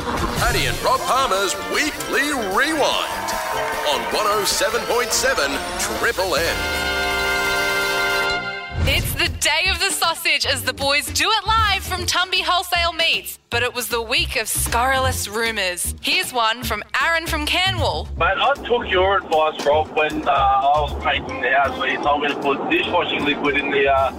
Freddie and Rob Palmer's Weekly Rewind on 107.7 Triple M. It's the day of the sausage as the boys do it live from Tumby Wholesale Meats. But it was the week of scurrilous rumours. Here's one from Aaron from Canwall. Mate, I took your advice, Rob, when uh, I was painting the house where you told me to put dishwashing liquid in the uh,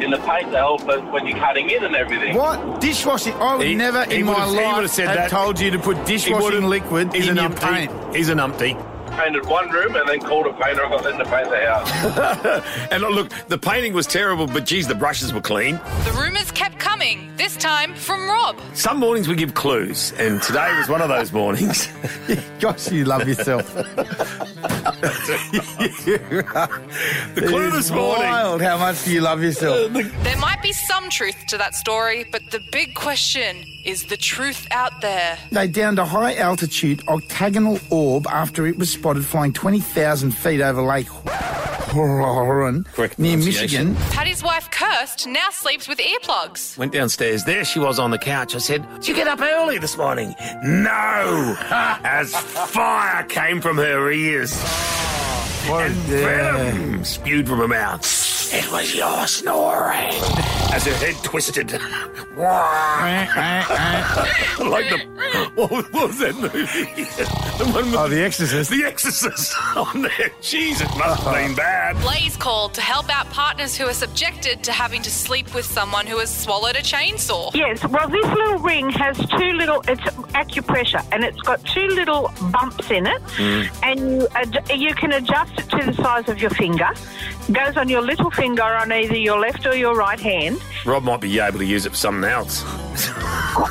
in the paint to help it when you're cutting in and everything. What dishwashing? I would He- never he in my would've- he life would've said have that. told you to put dishwashing liquid He's in your an umpty. paint. He's an umpty. Painted one room and then called a painter and got them to paint the house. And look, the painting was terrible, but geez, the brushes were clean. The rumours kept coming, this time from Rob. Some mornings we give clues, and today was one of those mornings. Gosh, you love yourself. the clue this morning. wild how much you love yourself. There might be some truth to that story, but the big question is the truth out there? They downed a high altitude octagonal orb after it was spotted flying 20,000 feet over Lake Huron Correct near pronunciation. Michigan. Paddy's wife, Kirst, now sleeps with earplugs. Went downstairs. There she was on the couch. I said, Did you get up early this morning? No! As fire came from her ears. and venom spewed from her mouth. It was your snoring. As her head twisted. like the. What was, what was that movie? the one with Oh, The Exorcist. The Exorcist on there. Jeez, it must have been bad. Blaze called to help out partners who are subjected to having to sleep with someone who has swallowed a chainsaw. Yes, well, this little ring has two little, it's acupressure, and it's got two little bumps in it, and you, ad- you can adjust it to the size of your finger. Goes on your little finger on either your left or your right hand. Rob might be able to use it for something else.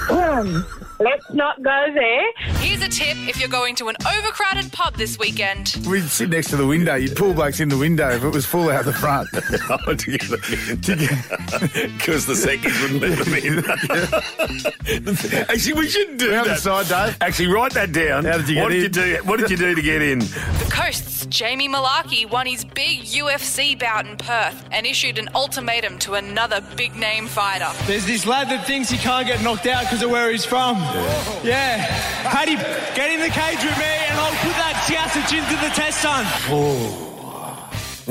Let's not go there. Here's a tip if you're going to an overcrowded pub this weekend. uh, We'd sit next to the window. You'd pull blokes in the window if it was full out the front. Because the seconds wouldn't let them in. Actually, we should do Round the that. side, Dave. Actually, write that down. How did you get what in? Did you do, what did you do to get in? The Coast's Jamie Malarkey won his big UFC bout in Perth and issued an ultimatum to another big name fighter. There's this lad that thinks he can't get knocked out because of where he's from. Yeah. Paddy, get in the cage with me and I'll put that Siasich into the test, son.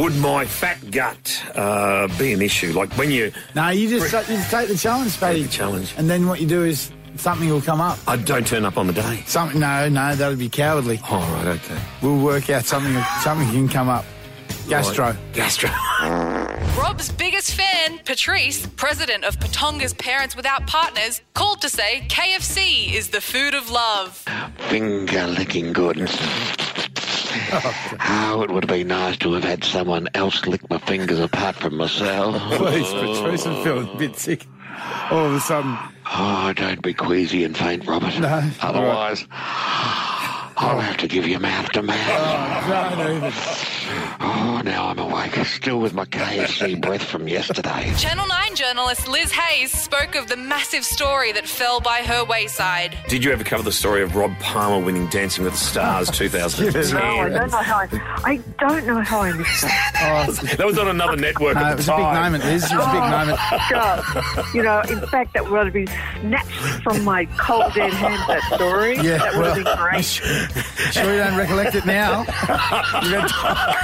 Would my fat gut uh, be an issue? Like when you. No, you just, you just take the challenge, Spady. the challenge. And then what you do is something will come up. I don't turn up on the day. Something? No, no, that'd be cowardly. All Oh, right, okay. We'll work out something. Something can come up. Gastro. Right. Gastro. Rob's biggest fan, Patrice, president of Patonga's Parents Without Partners, called to say KFC is the food of love. finger licking good. How it would be nice to have had someone else lick my fingers apart from myself. Please, Patrice, I'm feeling a bit sick. All of a sudden, Oh, don't be queasy and faint, Robert. No. Otherwise, I'll have to give you mouth to mouth. no, no, Oh, now I'm awake. Still with my KFC breath from yesterday. Channel 9 journalist Liz Hayes spoke of the massive story that fell by her wayside. Did you ever cover the story of Rob Palmer winning Dancing with the Stars 2010? No, I don't know how I, I don't know how I missed that. That was on another network no, at it was the a big time. moment, Liz. It was a big moment. God. You know, in fact, that would have been snatched from my cold dead hand, that story. Yeah, that would have well, been great. Sure, you don't recollect it now.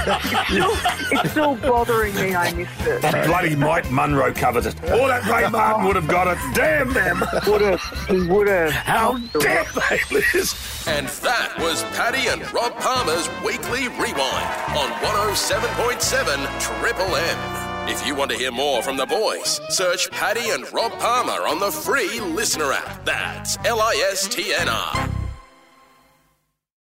It's still bothering me I missed it. That bloody Mike Munro covered it. Or that Ray Martin would have got it. Damn them. Would have, he would have. How dare they, Liz? And that was Paddy and Rob Palmer's Weekly Rewind on 107.7 Triple M. If you want to hear more from the boys, search Paddy and Rob Palmer on the free listener app. That's L I S T N R.